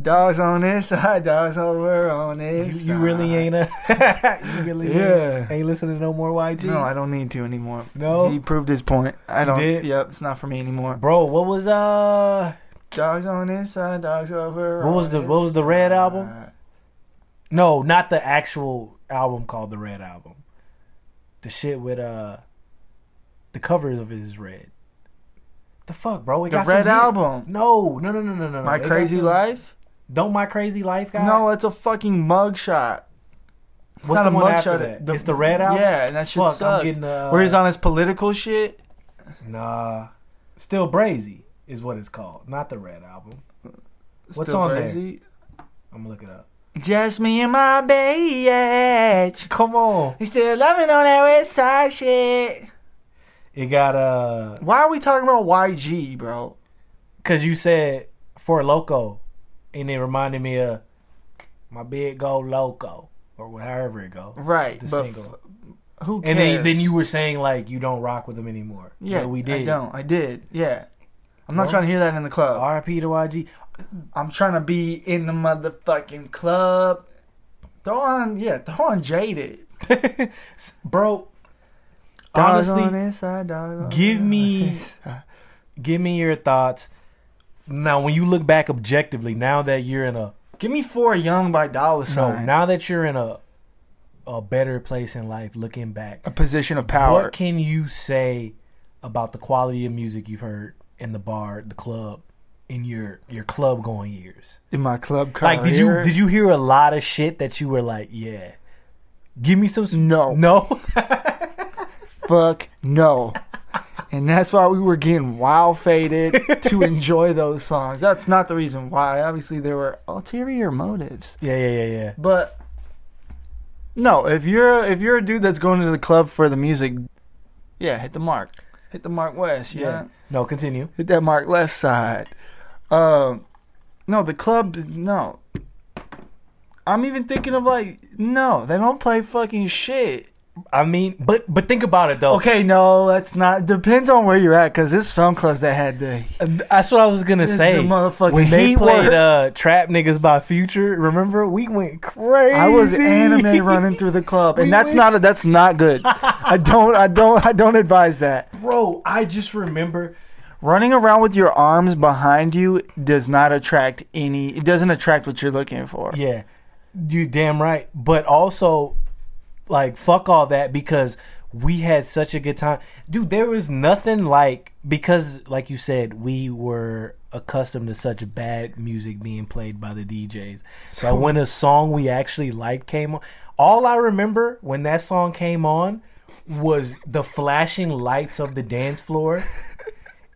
Dogs on this side, dogs over on this. You, you really side. ain't a. you really uh, Yeah. ain't, ain't listening to no more YG. No, I don't need to anymore. No? He proved his point. I He don't. did? Yep, it's not for me anymore. Bro, what was uh? Dogs on this side, dogs over. What was on the- this what was the Red side. album? No, not the actual album called the Red Album. The shit with uh, the covers of it is red. The fuck, bro? It The got some Red weird- Album. No, no, no, no, no, no. My It got Crazy some- Life? Don't my crazy life guy. No, it's a fucking mugshot. It's What's not the a one mugshot. after that? It's the Red Album? Yeah, and that shit Fuck, I'm sucked. getting, uh, Where he's on his political shit. Nah, still brazy is what it's called, not the Red Album. What's Still on there? crazy. I'm gonna look it up. Just me and my bitch. Come on. He still loving on that West Side shit. It got uh, Why are we talking about YG, bro? cause you said for loco, and it reminded me of my big go loco or whatever it go. Right, The but f- single. who cares? And then, then you were saying like you don't rock with them anymore. yeah, But we I did. don't. I did. Yeah, I'm not Well- trying to hear that in the club. R.I.P. to YG. I'm trying to be in the motherfucking club. Throw on, yeah, throw on Jaded. Bro, Dogs on honestly, this side, dogs on give this me- side. give me your thoughts. Now, when you look back objectively, now that you're in a Give me four young by dollar so sign. now that you're in a a better place in life, looking back, a position of power. what can you say about the quality of music you've heard in the bar, the club, in your your club going years? in my club career. Like, did you did you hear a lot of shit that you were like, yeah, give me some s- No. no? fuck no. And that's why we were getting wild faded to enjoy those songs. That's not the reason why. Obviously, there were ulterior motives. yeah, yeah, yeah, yeah. But no, if you're if you're a dude that's going to the club for the music, yeah, hit the mark, hit the mark west, yeah, Yeah. No, continue. hit that mark left side. Um, no, the club, no. I'm even thinking of like, no, they don't play fucking shit. I mean, but but think about it though. Okay, no, that's not. Depends on where you're at, because there's some clubs that had the Uh, That's what I was gonna The- say. the motherfucking when they heat played work. uh, "Trap Niggas" by Future, remember we went crazy. I was anime running through the club, We and that's went- not a, that's not good. I don't I don't I don't advise that. bro. I just remember Running around with your arms behind you does not attract any. It doesn't attract what you're looking for. Yeah, you damn right. But also, like, fuck all that because we had such a good time, dude. There was nothing like because, like you said, we were accustomed to such bad music being played by the DJs. So when a song we actually liked came on, all I remember when that song came on was the flashing lights of the dance floor.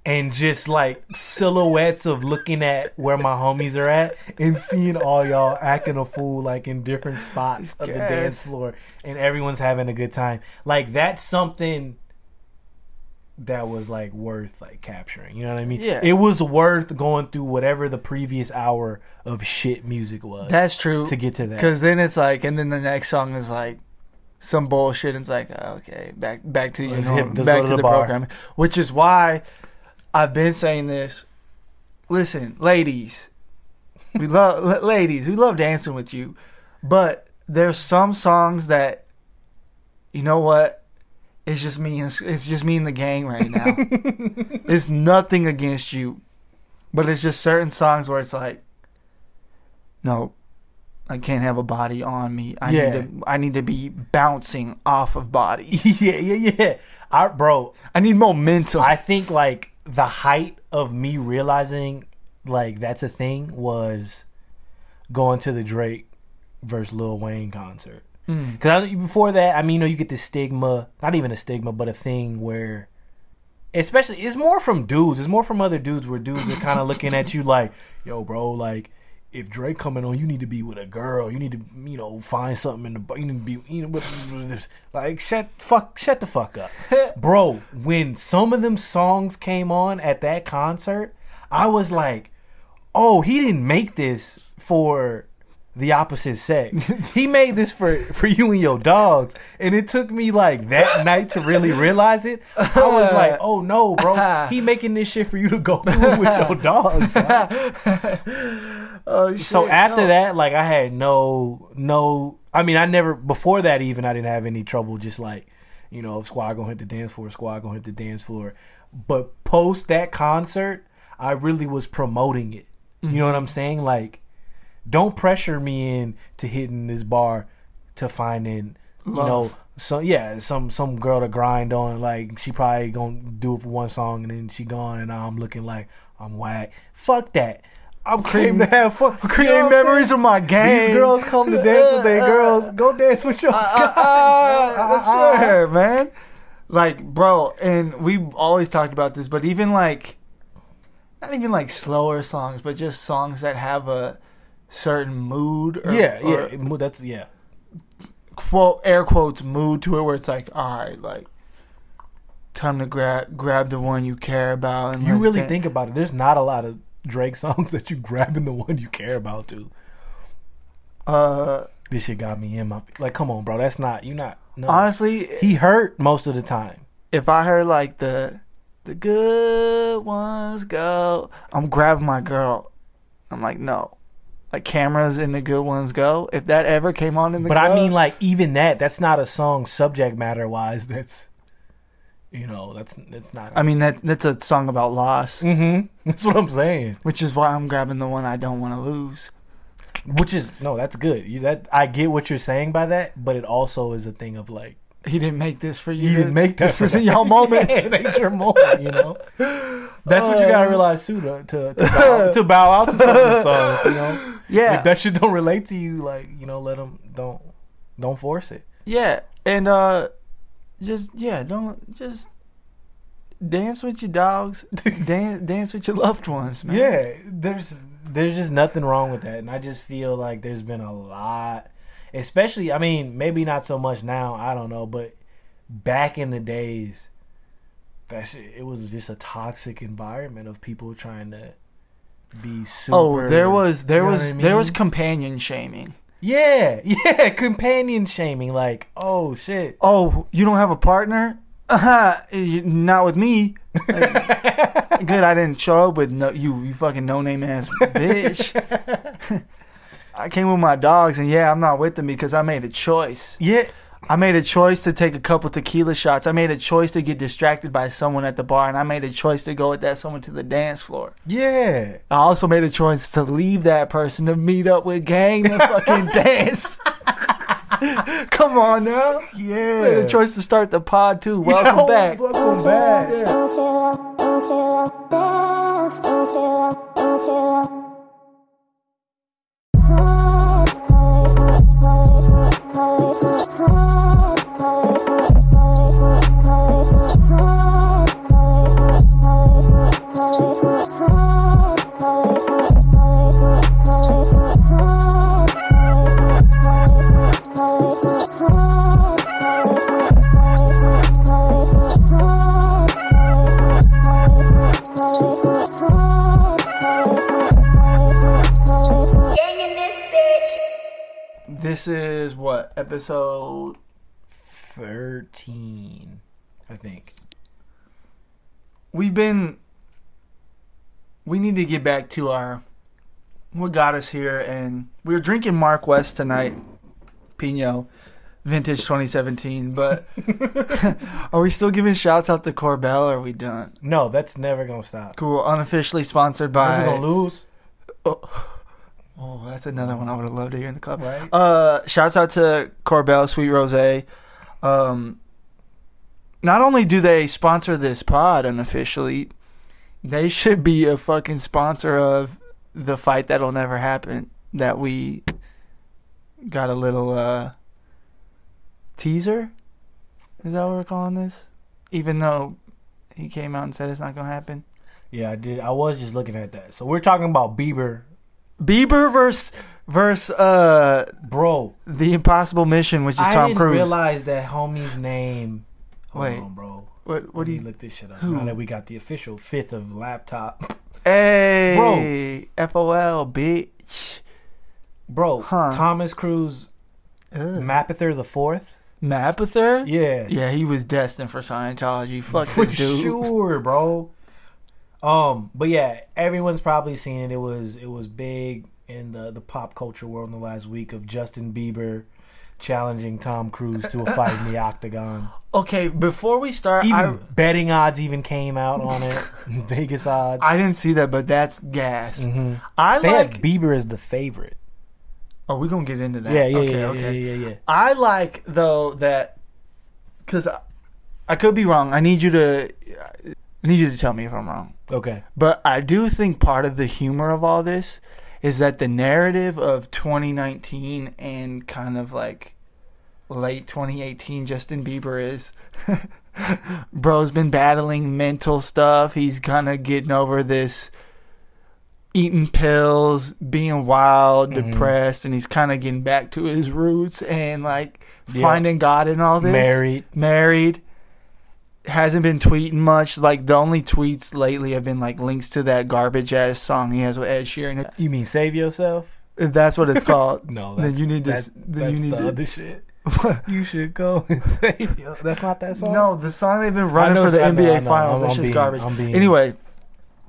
And just like silhouettes of looking at where my homies are at and seeing all y'all acting a fool like in different spots of the Yes. dance floor and everyone's having a good time. Like that's something that was like worth like capturing. You know what I mean? Yeah. It was worth going through whatever the previous hour of shit music was that's true. to get to that. Because then it's like, and then the next song is like some bullshit. And it's like, oh, okay, back back to you, Let's know, hit- let's back go to to, the the bar. program, which is why I've been saying this. Listen, ladies, we love la- ladies. We love dancing with you, but there's some songs that, you know what, it's just me. And, it's just me and the gang right now. it's nothing against you, but it's just certain songs where it's like, no, I can't have a body on me. I Yeah. need to I need to be bouncing off of bodies. yeah, yeah, yeah. I bro, I need momentum. I think like the height of me realizing like that's a thing was going to the Drake versus Lil Wayne concert. Mm. Because before that, I mean, you know, you get this stigma, not even a stigma, but a thing where, especially, it's more from dudes. It's more from other dudes where dudes are kind of looking at you like, yo, bro, like, if Drake coming on, you need to be with a girl. You need to, you know, find something in the. bu- You need to be, you know, with- like shut fuck, shut the fuck up, bro. When some of them songs came on at that concert, I was like, oh, he didn't make this for the opposite sex. he made this for for you and your dogs, and it took me like that night to really realize it. I was like, "Oh no, bro! He making this shit for you to go through with your dogs." dog." Oh, So shit, after no. that, like I had no no. I mean, I never before that even I didn't have any trouble. Just like you know, squad gonna hit the dance floor, squad gonna hit the dance floor. But post that concert, I really was promoting it. Mm-hmm. You know what I'm saying? Like, don't pressure me in to hitting this bar to finding you know Love. some yeah some some girl to grind on. Like she probably gonna do it for one song and then she gone and I'm looking like I'm whack. Fuck that. I'm creating to have fun. creating memories of my game. These girls come to dance with their Uh, girls. Ah, Go dance with your Uh, guys. uh, bro. that's Uh, uh. fair, man. Like, bro, and we've always talked about this, but even like, not even like slower songs, but just songs that have a certain mood or, Yeah, yeah. or it mo- That's yeah. quote air quotes mood to it, where it's like, all right, like, time to grab grab the one you care about. And You let's really dan- think about it. There's not a lot of Drake songs that you grabbing the one you care about to. Uh, This shit got me in my like. Come on, bro. That's not you. Not no. honestly, he hurt most of the time. if I heard like the the good ones go, I'm grabbing my girl. I'm like, no. Like cameras in the good ones go. If that ever came on in the But I club- mean, like even that. That's not a song subject matter wise. That's you know. That's that's not. I mean that that's a song about loss, mm-hmm. That's what I'm saying. which is why I'm grabbing the one I don't want to lose. Which is no, that's good. You that I get what you're saying by that, but it also is a thing of like He didn't make this for you. you didn't make that. This for isn't that. your moment. Yeah, it ain't your moment. You know, that's what you gotta Uh. realize too. To to, to, bow, to bow out to some of these songs. You know, Yeah. if that shit don't relate to you, like you know, let them don't don't force it. Yeah, and uh, just yeah, don't just dance with your dogs. dance, dance with your loved ones, man. Yeah, there's there's just nothing wrong with that, and I just feel like there's been a lot, especially. I mean, maybe not so much now. I don't know, but back in the days, that shit, it was just a toxic environment of people trying to be super. Oh, there was there you know was what I there was mean? companion shaming. yeah, yeah, companion shaming. Like, oh shit, Oh, you don't have a partner? Uh-huh. you- Not with me. Like, good, I didn't show up with no you. You fucking no name ass bitch. I came with my dogs, and yeah, I'm not with them because I made a choice. yeah, I made a choice to take a couple tequila shots. I made a choice to get distracted by someone at the bar, and I made a choice to go with that someone to the dance floor. yeah. I also made a choice to leave that person to meet up with gang and fucking dance. Come on now. Yeah. Made a choice to start the pod too. Welcome Yo, back. Welcome back. Gang in this bitch. This is what episode. Thirteen, I think. We've been. We need to get back to our. What got us here, and we were drinking Mark West tonight, Pino, vintage 2017. But are we still giving shouts out to Corbell? Or are we done? No, that's never gonna stop. Cool. Unofficially sponsored Are by. we gonna lose? Oh, that's another one I would have loved to hear in the club. Right. Uh, shouts out to Corbell Sweet Rose. Um, not only do they sponsor this pod unofficially, they should be a fucking sponsor of the fight that'll never happen. That we got a little uh teaser. Is that what we're calling this? Even though he came out and said it's not gonna happen. Yeah, I did. I was just looking at that. So we're talking about Bieber, Bieber versus versus uh bro. the Impossible Mission, which is I Tom didn't Cruise. realize that homie's name. Hold Wait. on, bro. what what Let do me you look this shit up? Who? Now that we got the official fifth of Mm. laptop, Hey, FOL, bitch. bro, Huh. Hmm. Thomas Cruise, Ugh. Mapother the fourth. Mapother? Yeah, Yeah, he was destined for Scientology. Fuck for this dude. sure, bro. Um, but yeah, everyone's probably seen it. It was it was big in the the pop culture world in the last week of Justin Bieber challenging Tom Cruise to a fight in the octagon. Okay, before we start, Even I, betting odds even came out on it. Vegas odds. I didn't see that, but that's gas. Mhm. I They like. had Bieber as the favorite. oh, we're gonna get into that. Yeah, yeah, okay, yeah, okay. yeah, yeah, yeah. I like though that because I, I could be wrong. I need you to I need you to tell me if I'm wrong. Okay. But I do think part of the humor of all this is that the narrative of 2019 and kind of like late 2018 Justin Bieber is bro's been battling mental stuff. He's kind of getting over this eating pills, being wild, Mhm. depressed, and he's kind of getting back to his roots and like Yeah. finding God in all this Married. married hasn't been tweeting much like the only tweets lately have been like links to that garbage ass song he has with ed sheeran You mean save yourself? if that's what it's called No, Then Oh, that's, you need to that's, s- then you that's need the to- other shit. You should go and save yourself. That's not that song. no the song they've been running I know- for the I know- I nba know. finals that's I'm- I'm just being- garbage I'm being- anyway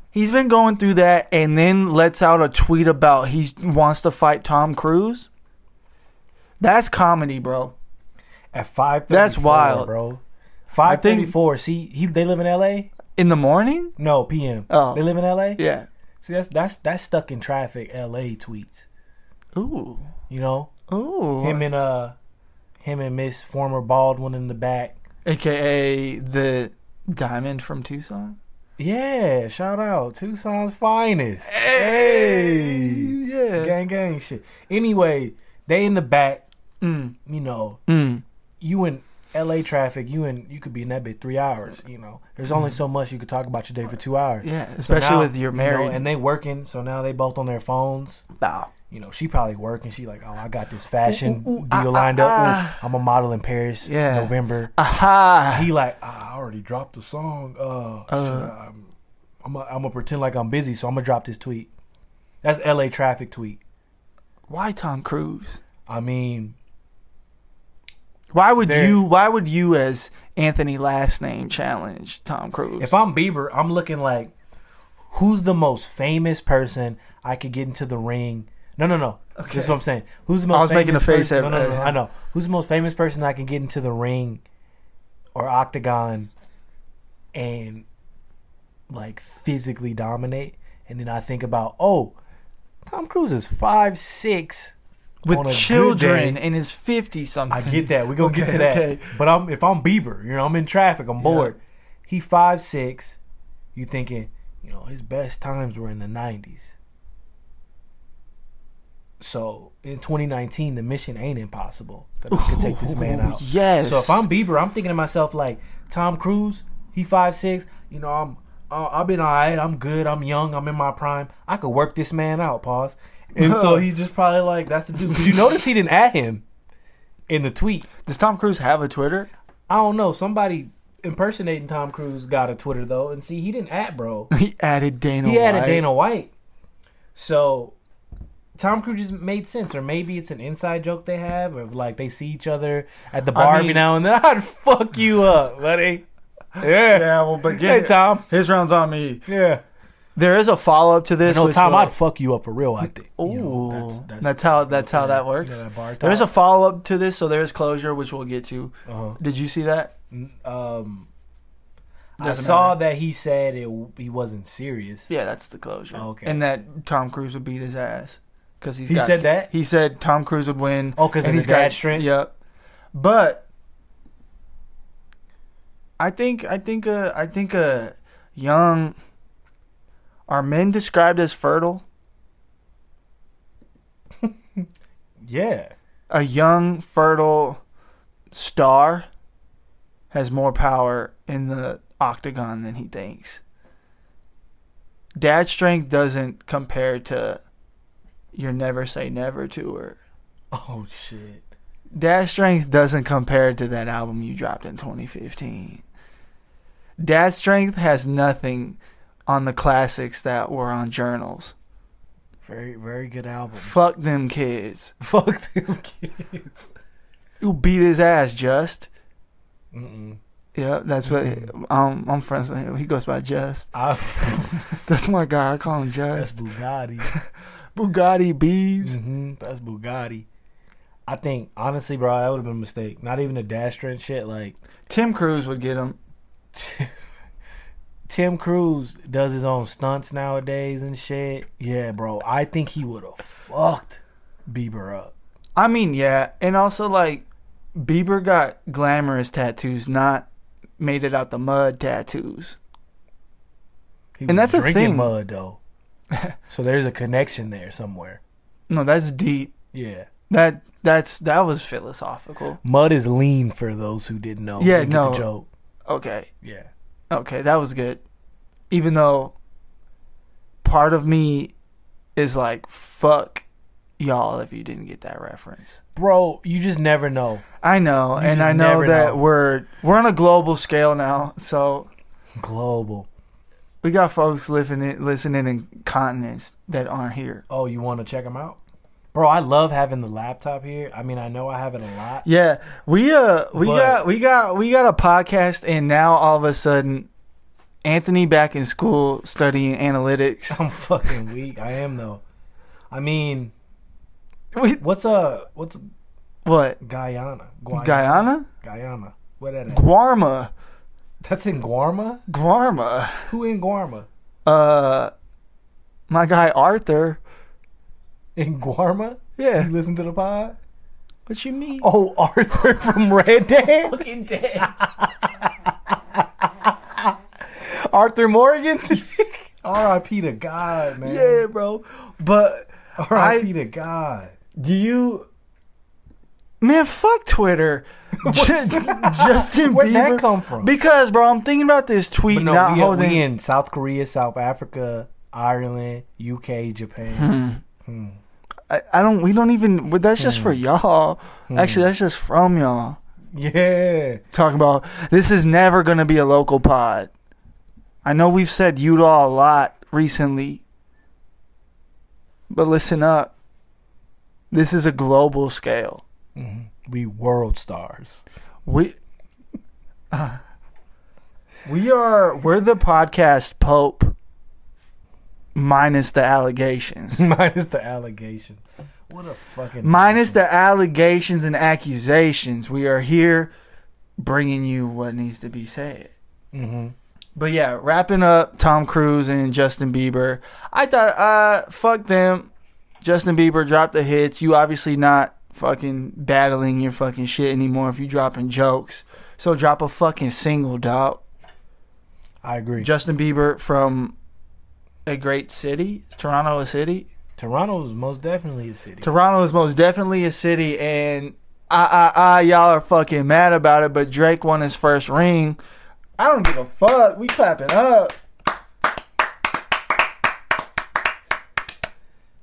he's been going through that and then lets out a tweet about he wants to fight tom cruise that's comedy bro at five. That's wild. bro. Five thirty-four. See, he they live in L.A. in the morning No, P.M. Oh. They live in L.A. yeah See, that's that's that's stuck in traffic. L.A. tweets. ooh You know, ooh him and uh, him and Miss former bald one in the back. aka the diamond from tucson Yeah, shout out Tucson's finest. yeah gang gang shit. Anyway, they in the back. Mm. You know, Mm. you in L.A. traffic. You in you could be in that bit three hours. You know, there's only so much you could talk about your day for two hours. Yeah, So especially now, with your you know, married. and they working, so now they both on their phones. Nah. You know, she probably working. She like, oh, I got this fashion Ooh, ooh, ooh, deal ah, lined ah, up. Ooh, ah." I'm a model in Paris. Yeah. November. Aha! He like, ah, I already dropped the song. Uh, should I- I'm, I'm gonna I'm gonna pretend like I'm busy, so I'm gonna drop this tweet. That's L.A. traffic tweet. Why Tom Cruise? I mean, Why would There- you? Why would you, as Anthony last name, challenge Tom Cruise? if I'm Bieber, I'm looking like, who's the most famous person I could get into the ring? No, no, no. Okay. This is what I'm saying. Who's the most? was making a face famous person- at- No, no, no, at no. him. I know. Who's the most famous person I can get into the ring or octagon and like physically dominate? And then I think about, oh, Tom Cruise is five six. on a with good children day- in his fifty something. I get that. We're gonna get to Okay, that. okay. But I'm if I'm Bieber, you know, I'm in traffic, I'm bored. He five six, you thinking, you know, his best times were in the nineties. So in twenty nineteen the mission ain't impossible. That I could take this man Ooh, out. yes. So if I'm Bieber, I'm thinking to myself like Tom Cruise, he five six, you know, I'm uh, I've been all right. I'm good. I'm young. I'm in my prime. I could work this man out. Pause. And so he's just probably like, "That's the dude." 'Cause you notice he didn't add him in the tweet. Does Tom Cruise have a Twitter? I don't know. Somebody impersonating Tom Cruise got a Twitter though, and see, he didn't at bro. He added Dana. He added White. Dana White. So Tom Cruise just made sense, or maybe it's an inside joke they have, or like they see each other at the bar every mean- now and then. I'd fuck you up, buddy. Yeah. Yeah, well, but Hey, get Tom. His round's on me. Yeah. There is a follow up to this. No, which Tom, will- I'd fuck you up for real. I think. Ooh, You know, that's, that's, how that's how that You works. know, that bar there is a talk. follow up to this, so there is closure, which we'll get to. Uh-huh. Did you see that? N- Um, I Doesn't saw that he said it. w- He wasn't serious. Yeah, that's the closure. Oh, okay. And that Tom Cruise would beat his ass because he's He got- said that? he said Tom Cruise would win. Oh, 'cause and of he's his dad got- strength? Yep. But I think I think uh, I think uh, young are men described as fertile. Yeah. A young fertile star has more power in the octagon than he thinks. Dad strength doesn't compare to your never say never to her. Oh shit. Dad Strength doesn't compare to that album you dropped in 2015. Dad Strength has nothing on the classics that were on journals. Very, very good album. Fuck them kids. Fuck them kids. You beat his ass, Just. Mm-mm. Yeah, that's what um, I'm friends with him. He goes by Just. I, That's my guy. I call him that's Just. Bugatti. Bugatti Beeves. hmm That's Bugatti. I think honestly, bro, that would have been a mistake. Not even a dash and shit. Like Tim Cruz would get him. Tim Cruise does his own stunts nowadays and shit. Yeah, bro, I think he would have fucked Bieber up. I mean, yeah, and also like Bieber got glamorous tattoos, not made it out the mud tattoos. He And was that's a drinking thing. mud though. so there's a connection there somewhere. No, that's deep. Yeah. That that's that was philosophical. Mud is lean for those who didn't know. Yeah, You get no. The joke. Okay, Yeah. okay, that was good. Even though part of me is like, fuck y'all if you didn't get that reference. Bro, you just never know. I know, You and just I know never that know. we're we're on a global scale now, so Global. we got folks listening listening in continents that aren't here. Oh, you want to check them out? Bro, I love having the laptop here. I mean, I know I have it a lot. Yeah, we uh we But- got we got we got a podcast, and now all of a sudden, Anthony back in school studying analytics. I'm fucking weak. I am though. I mean, Wait, what's uh what's what? Guyana? Guyana, Guyana. Where that at? Guarma, That's in Guarma? Guarma. Who in Guarma? Uh, my guy Arthur. In Guarma? Yeah, You listen to the pod? what you mean? Oh, Arthur from Red Dead? Fucking dead. Arthur Morgan? R.I.P. to God, man. yeah, bro. But R.I.P. to God. do you? Man, fuck Twitter. Ju- Justin Where'd Bieber. that come from? Because, bro, I'm thinking about this tweet But no, not we, are- holding. we in South Korea, South Africa, Ireland, UK, Japan. Mm. Hmm. Hmm. I, I don't. We don't even. But that's just for y'all. Hmm. Actually, that's just from y'all. Yeah. Talking about this is never gonna be a local pod. I know we've said you to all a lot recently, but listen up. This is a global scale. Hmm. We world stars. We. we are. We're the podcast pope. Minus the allegations. Minus the allegation. What a fucking. Minus the allegations and accusations, we are here bringing you what needs to be said. hmm But yeah, wrapping up Tom Cruise and Justin Bieber. I thought, uh, fuck them. Justin Bieber dropped the hits. You obviously not fucking battling your fucking shit anymore if you dropping jokes. So drop a fucking single, dog. I agree. Justin Bieber from a great city. Is Toronto a city? Toronto is most definitely a city. Toronto is most definitely a city, and I, I, I, y'all are fucking mad about it. But Drake won his first ring. I don't give a fuck. We clapping up.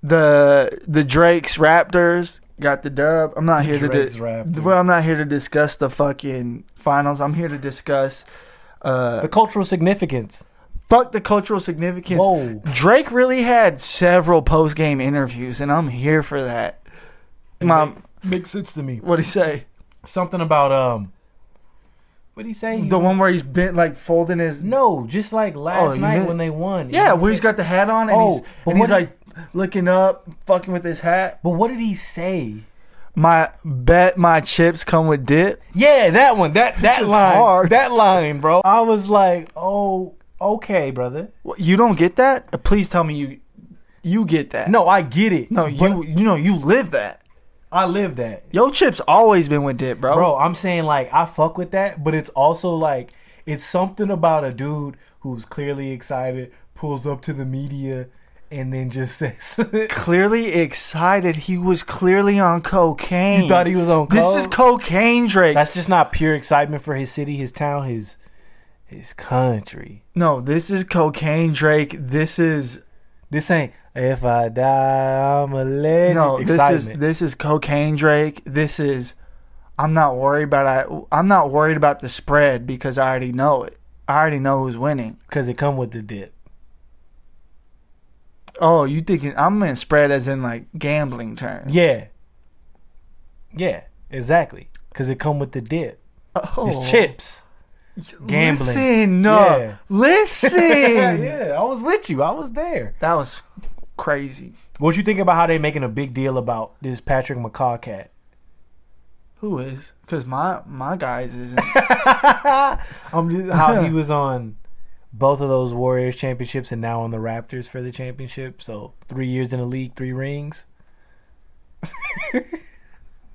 The the Drake's Raptors got the dub. I'm not here Drake's to Raptors. di- well, I'm not here to discuss the fucking finals. I'm here to discuss uh the cultural significance. fuck the cultural significance. Whoa. Drake really had several post game interviews, and I'm here for that. Mom, Makes sense to me. what would he say? Something about um what he say? The one where he's bent like folding his No, just like Oh, last you night meant- when they won. yeah, He where said- he's got the hat on and Oh, he's but and he's what- like looking up, fucking with his hat. But what did he say? My bet, my chips come with dip. Yeah, that one. That that shit's line. hard. That line, bro. I was like, "Oh, okay, brother." What, You don't get that? Please tell me you you get that. No, I get it. no, But you you know you live that. I live that. Yo, chips always been with dip, bro. Bro, I'm saying like I fuck with that, but it's also like it's something about a dude who's clearly excited, pulls up to the media and then just says Clearly excited. He was clearly on cocaine. You thought he was on This coke? is cocaine, Drake. That's just not pure excitement for his city, his town, his his country. No, this is cocaine, Drake. This is This ain't if I die, I'm a legend. no, this excitement. is this is cocaine, Drake. This is I'm not worried about I I'm not worried about the spread because I already know it. I already know who's winning. Cause it come with the dip. Oh, you thinking I'm in spread as in like gambling terms? Yeah. Yeah, exactly. Because it come with the dip. Oh, It's chips. gambling. Listen, no, Yeah. listen. yeah, I was with you. I was there. That was crazy. What you think about how they making a big deal about this Patrick McCaw cat? Who is? Because my my guys isn't. I'm just, how he was on both of those Warriors championships and now on the Raptors for the championship. So three years in the league, three rings.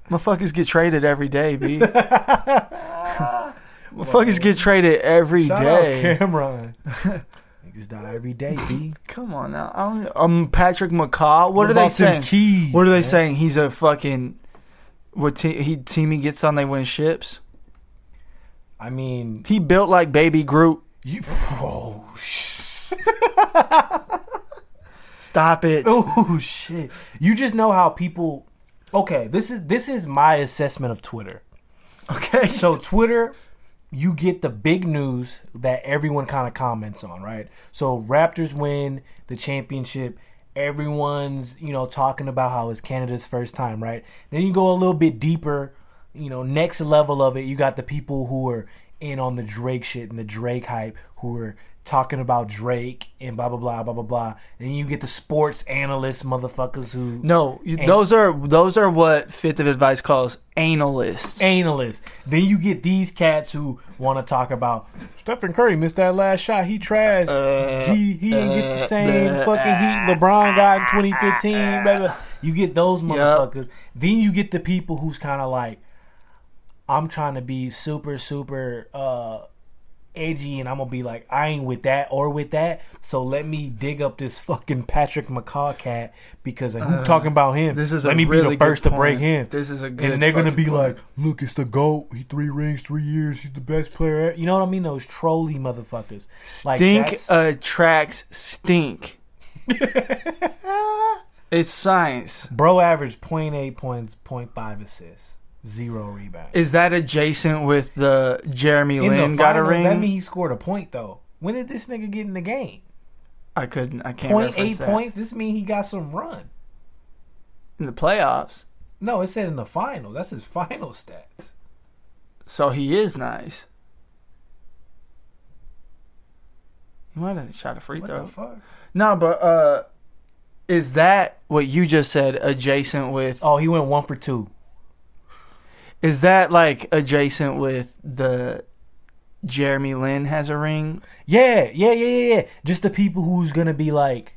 Motherfuckers get traded every day, b. Motherfuckers get traded every day. Shout out Cameron. Niggas die every day, B. Come on now. I don't um Patrick McCaw. What, are they about saying? them Keys, What are they man? saying? He's a fucking what te- he team he gets on they win ships. I mean, He built like baby Groot. you. Oh, shit. Stop it. Oh shit! You just know how people. Okay, this is this is my assessment of Twitter. Okay. So Twitter, you get the big news that everyone kind of comments on, right? So Raptors win the championship. Everyone's you know talking about how it's Canada's first time, right? Then you go a little bit deeper. You know, next level of it, you got the people who are in on the Drake shit and the Drake hype, who are talking about Drake and blah blah blah blah blah blah. And you get the sports analysts, motherfuckers who No, you, Ain't- those are those are what Fifth of Advice calls analysts. analyst. Then you get these cats who want to talk about Stephen Curry missed that last shot. He trash. Uh, he he didn't get the uh, same uh, fucking heat LeBron got in 2015. blah, blah. You get those motherfuckers. Then you get the people who's kind of like, I'm trying to be super super uh, edgy, and I'm gonna be like, I ain't with that or with that. So let me dig up this fucking Patrick McCaw cat because who's talking about him? Uh, This is let a me really be good the first to break point. him. This is a good. And then they're gonna fucking be point. like, "Look, it's the goat. He three rings, three years. He's the best player." ever." You know what I mean? Those trolly motherfuckers. Like stink that's- attracts stink. it's science. bro averaged 0.8 points, 0.5 assists, zero rebounds. Is that adjacent with the Jeremy In the Lin got a finals, That ring? means he scored a point though. When did this nigga get in the game? I couldn't. I can't. Point 0.8 eight that. points. This means he got some run. in the playoffs, No, it said in the final. That's his final stats. so he is nice. He might have shot a free What throw. the fuck? no, but uh, is that what you just said? Adjacent with Oh, he went one for two. Is that like adjacent with the Jeremy Lin has a ring? Yeah, yeah, yeah, yeah, yeah. Just the people who's gonna be like,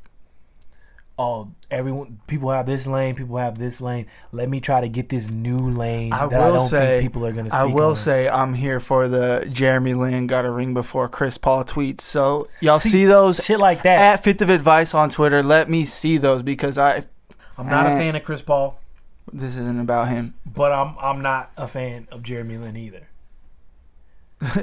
oh, everyone, people have this lane, people have this lane. Let me try to get this new lane I that I will don't say think people are gonna. Speak I will on. say I'm here for the Jeremy Lin got a ring before Chris Paul tweets. So y'all see, those shit like that. at Fifth of Advice on Twitter. Let me see those because I I'm not a eh. fan of Chris Paul, this isn't about him. but I'm I'm not a fan of Jeremy Lin either.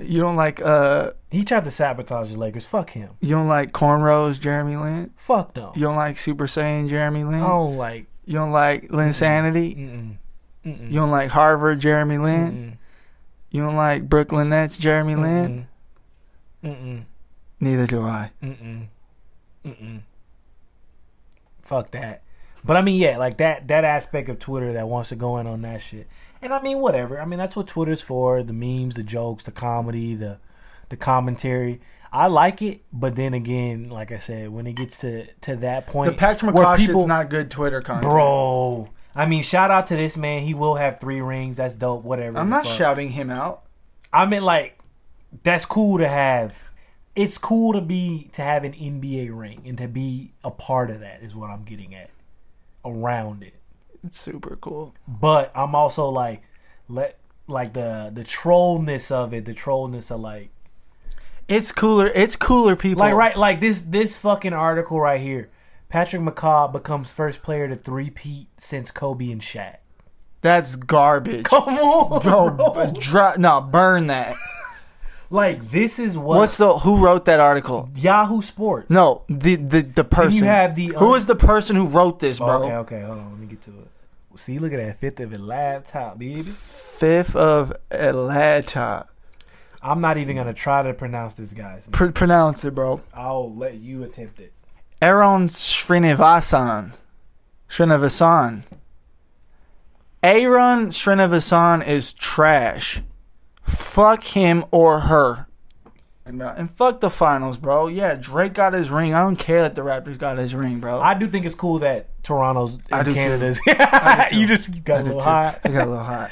you don't like uh He tried to sabotage the Lakers. Fuck him. you don't like cornrows Jeremy Lin? Fuck no. You don't like Super Saiyan Jeremy Lin? I don't like. You don't like Linsanity? Oh. Mm-mm, mm-mm, You don't like Harvard Jeremy Lin? mm-mm, You don't like Brooklyn Nets Jeremy Lin? mm-mm, mm-mm, Neither do I. Mm-mm. Mm-mm. Fuck that. But I mean, yeah, like that that aspect of Twitter that wants to go in on that shit. And I mean, whatever. I mean, that's what Twitter's for: the memes, the jokes, the comedy, the the commentary. I like it, but then again, like I said, when it gets to to that point, The Patrick where McCosh people- is not good Twitter content. bro. I mean, shout out to this man. He will have three rings. That's dope. Whatever. I'm the not fuck. shouting him out. I mean, like, that's cool to have. It's cool to be to have an NBA ring and to be a part of that is what I'm getting at around it. It's super cool. But I'm also like, let like the the trollness of it, the trollness of like, It's cooler. It's cooler people. like right, like this this fucking article right here. Patrick McCaw becomes first player to three-peat since Kobe and Shaq. That's garbage. Come on, Bro, bro. b- dry, no, burn that. Like this is what What's the who wrote that article? Yahoo Sports. No, the the the person. have the, who um, is the person who wrote this, bro? Okay, okay, hold on. Let me get to it. See, look at that fifth of a laptop, baby. Fifth of Atlanta. I'm not even gonna try to pronounce this guy's name. Pr- pronounce it, bro. I'll let you attempt it. Aaron Srinivasan. Srinivasan. Aaron Srinivasan is trash. Fuck him or her. And fuck the finals, bro. Yeah, Drake got his ring. I don't care that the Raptors got his ring, bro. I do think it's cool that Toronto's and I do too. Canada's. do too. you just got a did little too. hot. I got a little hot.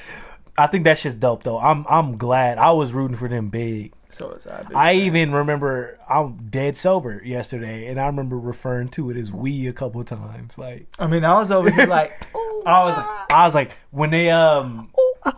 I think that shit's dope though. I'm I'm glad. I was rooting for them big. So it's I. bitch. I even remember I'm dead sober yesterday, and I remember referring to it as we a couple times. Like I mean, I was over here like, I was, I was like, when they um ah,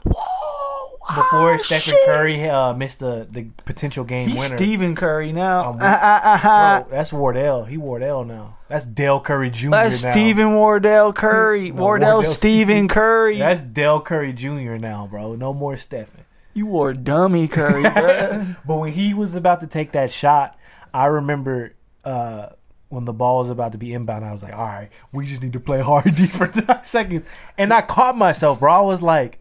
Oh, before Stephen Curry uh, missed the the potential game he's winner. Stephen Curry now. I'm- Ah, ah, ah, ah. Bro, that's Wardell. He Wardell now. That's Dale Curry Jr. That's now. Stephen Wardell Curry. No, Wardell, Wardell Stephen Stephen- Curry. That's Dale Curry Jr. now, bro. No more Stephen. you wore dummy Curry, bruh. But when he was about to take that shot, I remember uh, when the ball was about to be inbound, I was like, all right, we just need to play hard D for nine seconds. And I caught myself, bro. I was like,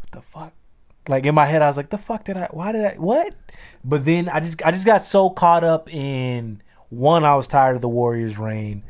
what the fuck? Like in my head, I was like, the fuck did I, why did I, what? But then I just, I just got so caught up in one, I was tired of the Warriors' reign.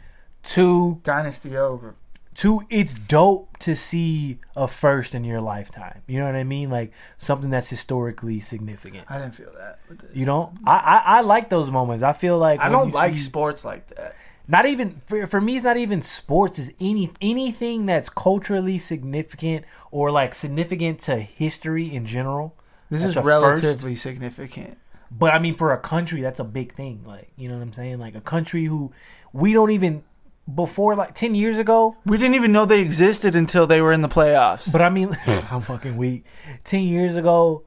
Two, Dynasty over. two it's dope to see a first in your lifetime you know what i mean like something that's historically significant I didn't feel that. With this. you know i i, I like those moments i feel like I when don't you like see- sports like that. not even for, for me it's not even sports is any anything that's culturally significant or like significant to history in general This That's is a first. relatively significant. but i mean for a country that's a big thing like you know what i'm saying like a country who we don't even before like 10 years ago We didn't even know they existed until they were in the playoffs. But I mean, I'm fucking weak. Ten years ago,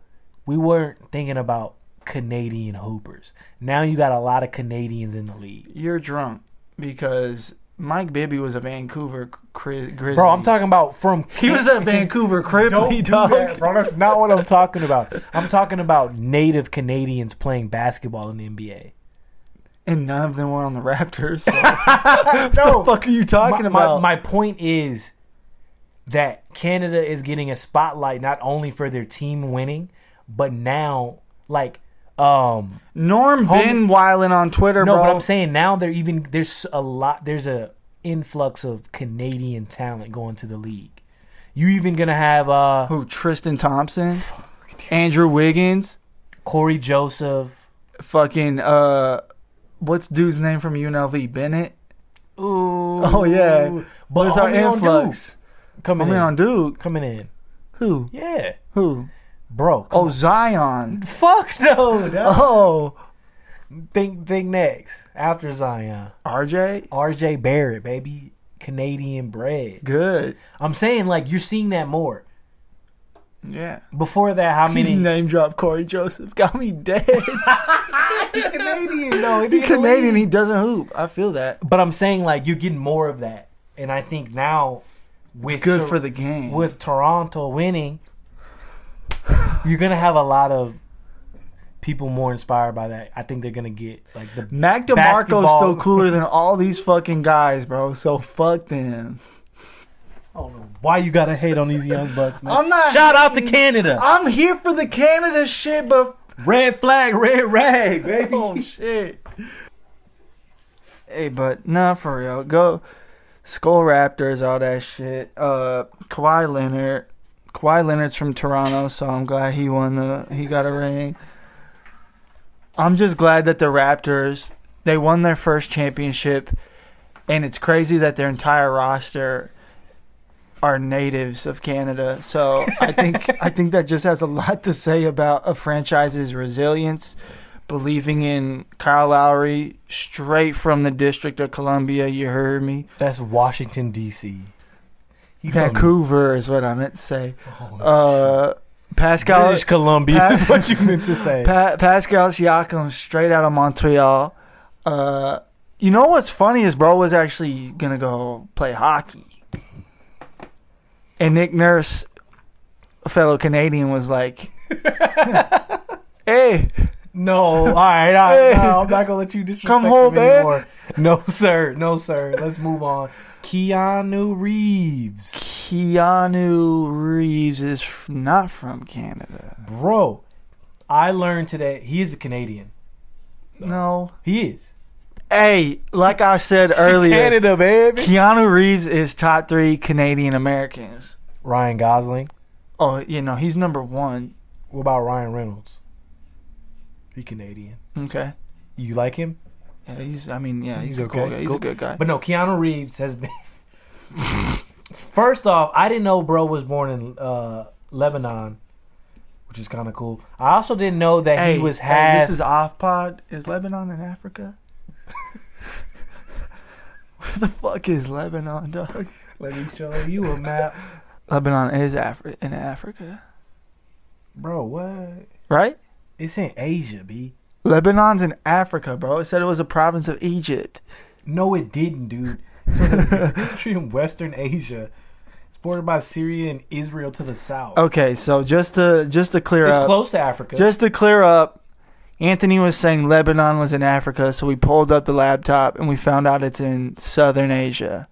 we weren't thinking about Canadian hoopers. Now you got a lot of Canadians in the league, You're drunk because Mike Bibby was a Vancouver Gri- Grizzly. bro. I'm talking about from He was a Vancouver Don't Cripply do dog. that, bro. That's not what I'm talking about. I'm talking about native Canadians playing basketball in the NBA. and none of them were on the Raptors. So. what No, the fuck are you my, talking my- about? my point is that Canada is getting a spotlight not only for their team winning, but now like um Norm Ben Weiland on Twitter, No, bro. but I'm saying now they're even there's a lot there's a influx of Canadian talent going to the league. You even gonna have uh Who? Tristan Thompson, Andrew Wiggins, Corey Joseph. fucking uh, what's dude's name from UNLV? Bennett. Ooh, Oh yeah, but what's our Homie on influx? Duke coming Homie in? on Duke. Coming in, Who? yeah, Who? bro. come Oh on. Zion. fuck no, no. Oh Think think next after Zion, RJ. R.J. Barrett, baby, Canadian bread. Good. I'm saying like you're seeing that more. Yeah. Before that, how Please many name drop Corey Joseph. Got me dead. Canadian though? He Canadian. He doesn't hoop. I feel that. But I'm saying like you're getting more of that, and I think now with Good Tor- for the game. with Toronto winning, you're gonna have a lot of people more inspired by that. I think they're gonna get like the Mac DeMarco's basketball- still cooler than all these fucking guys, bro. So fuck them. I don't know why you gotta hate on these young bucks, man. I'm not Shout out to Canada. I'm here for the Canada shit, but Red flag, red rag, baby. Oh shit. Hey, but nah, for real. Go Skull Raptors, all that shit. Uh, Kawhi Leonard. Kawhi Leonard's from Toronto, so I'm glad he won the. He got a ring. I'm just glad that the Raptors they won their first championship, and it's crazy that their entire roster are natives of Canada. So I think I think that just has a lot to say about a franchise's resilience believing in Kyle Lowry straight from the District of Columbia. You heard me. That's Washington D.C. He from- Vancouver is what I meant to say. Oh, Uh, Pascal British Columbia Pa- is what you meant to say. pa- Pascal Siakam straight out of Montreal. Uh, you know what's funny is bro was actually gonna go play hockey, and Nick Nurse, a fellow Canadian, was like, "Hey." No, all right, all right. Hey. No, I'm not gonna let you disrespect Come Come home, him man. anymore. No, sir. No, sir. Let's move on. Keanu Reeves, Keanu Reeves is f- not from Canada. bro. I learned today he is a Canadian. No, He is. Hey, like I said earlier, Canada, baby. Keanu Reeves is top three Canadian Americans. Ryan Gosling. Oh, you know he's number one. What about Ryan Reynolds? He Canadian. Okay. You like him? Yeah, he's. I mean, yeah, he's, He's a cool okay. guy. He's a Cool. good guy. But no, Keanu Reeves has been. First off, I didn't know bro was born in uh, Lebanon, which is kind of cool. I also didn't know that he was half. this is off pod. Is Lebanon in Africa? Where the fuck is Lebanon, dog? Let me show you a map, Lebanon is Afri- in Africa, bro. What? right? It's in Asia, b. Lebanon's in Africa, bro. It said it was a province of Egypt. No, it didn't, dude. it's a country in Western Asia. It's bordered by Syria and Israel to the south. Okay, so just to just to clear it's up, close to Africa. Oh, just to clear up, Anthony was saying Lebanon was in Africa, so we pulled up the laptop and we found out it's in Southern Asia,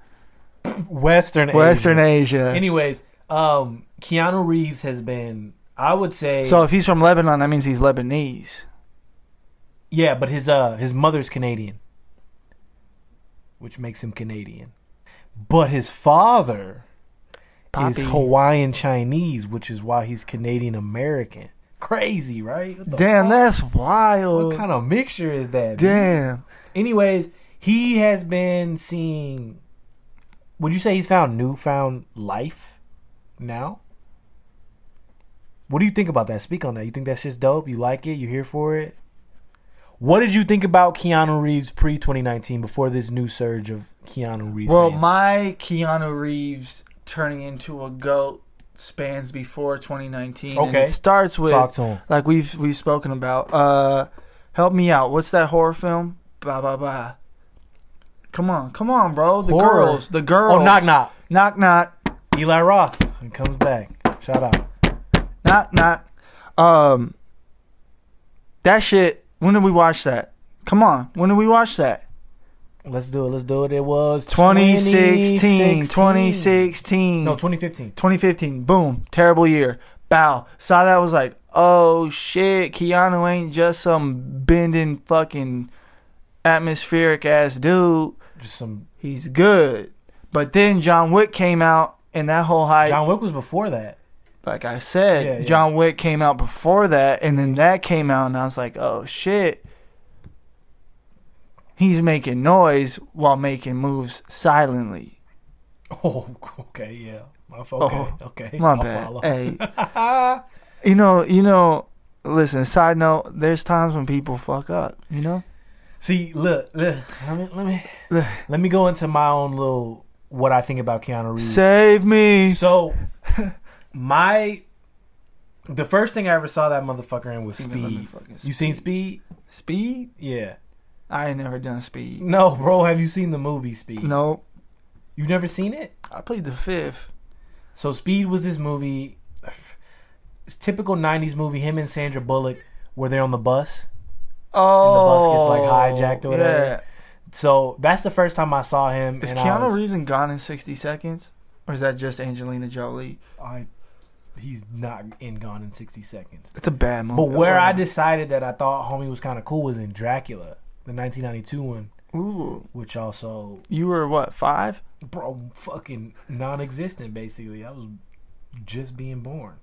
Western Asia. Western Asia. Anyways, um, Keanu Reeves has been, I would say, So if he's from Lebanon, that means he's Lebanese. yeah, but his uh his mother's Canadian, which makes him Canadian, but his father Poppy. is Hawaiian Chinese, which is why he's Canadian American. Crazy, right? What the Damn, fuck? that's wild. What kind of mixture is that? dude? Damn. Anyways, he has been seeing. Would you say he's found newfound life now? What do you think about that? Speak on that. You think that shit's dope? You like it? You here for it? What did you think about Keanu Reeves pre 2019 before this new surge of Keanu Reeves? Well, fans? my Keanu Reeves turning into a goat spans before 2019. and Okay. it starts with talk to him. like we've we've spoken about. Uh, help me out. What's that horror film? Bye bye bye. Come on, come on, bro. The Horror. girls, the girls. Oh, knock knock. knock, knock, Eli Roth and comes back. Shout out. knock, knock. Um, that shit. When did we watch that? Come on, when did we watch that? Let's do it. Let's do it. It was 2016, 2016. 2016, No, 2015. 2015. Boom, terrible year. Bow. Saw that was like, oh shit, Keanu ain't just some bending fucking atmospheric ass dude. Just some. He's good. But then John Wick came out, and that whole hype. John Wick was before that. like I said, Yeah, yeah. John Wick came out before that, and then that came out, and I was like, oh shit. He's making noise while making moves silently. Oh, okay, yeah. My fault. Okay, okay. My I'll bad. follow. Hey, Eh. you know, you know. Listen, side note: there's times when people fuck up. You know, See, look, look. Let me, let me, let me go into my own little what I think about Keanu Reeves. save me. so, my the first thing I ever saw that motherfucker in was Even let me Speed. fucking You seen Speed? Speed? Yeah. I ain't never done speed. No, bro. Have you seen the movie Speed? No, You've never seen it? I played the fifth. So Speed was this movie, it's typical '90s movie. Him and Sandra Bullock were there on the bus. Oh, gets, like, hijacked or whatever. So that's the first time I saw him. Is and I Keanu was- Reeves in Gone in 60 Seconds, or is that just Angelina Jolie? I he's not in Gone in 60 Seconds. It's a bad movie. But where I Oh. decided that I thought homie was kind of cool was in Dracula, the 1992 one, Ooh, which also you were what five? bro fucking non-existent basically. I was just being born.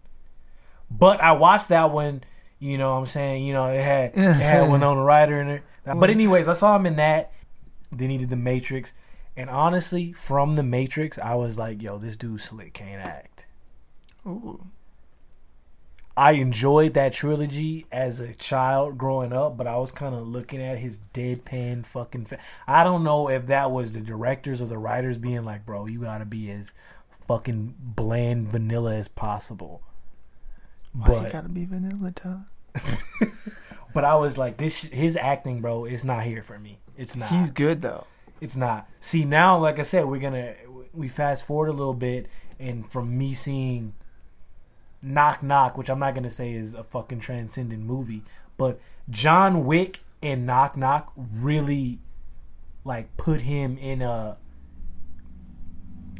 But I watched that one, you know what I'm saying, you know, it had it had Winona Ryder in it. But anyways, I saw him in that. Then he did The Matrix. And honestly, from The Matrix, I was like, yo, this dude slick can't act. Ooh, I enjoyed that trilogy as a child growing up, but I was kind of looking at his deadpan fucking. Fa- I don't know if that was the directors or the writers being like, "Bro, you gotta be as fucking bland vanilla as possible." why you But gotta be vanilla, Todd? but I was like, this sh- his acting, bro, is not here for me. It's not. He's good though. It's not. See now, like I said, we're gonna we fast forward a little bit, and from me seeing Knock Knock, which I'm not gonna say is a fucking transcendent movie, but John Wick and Knock Knock really like put him in a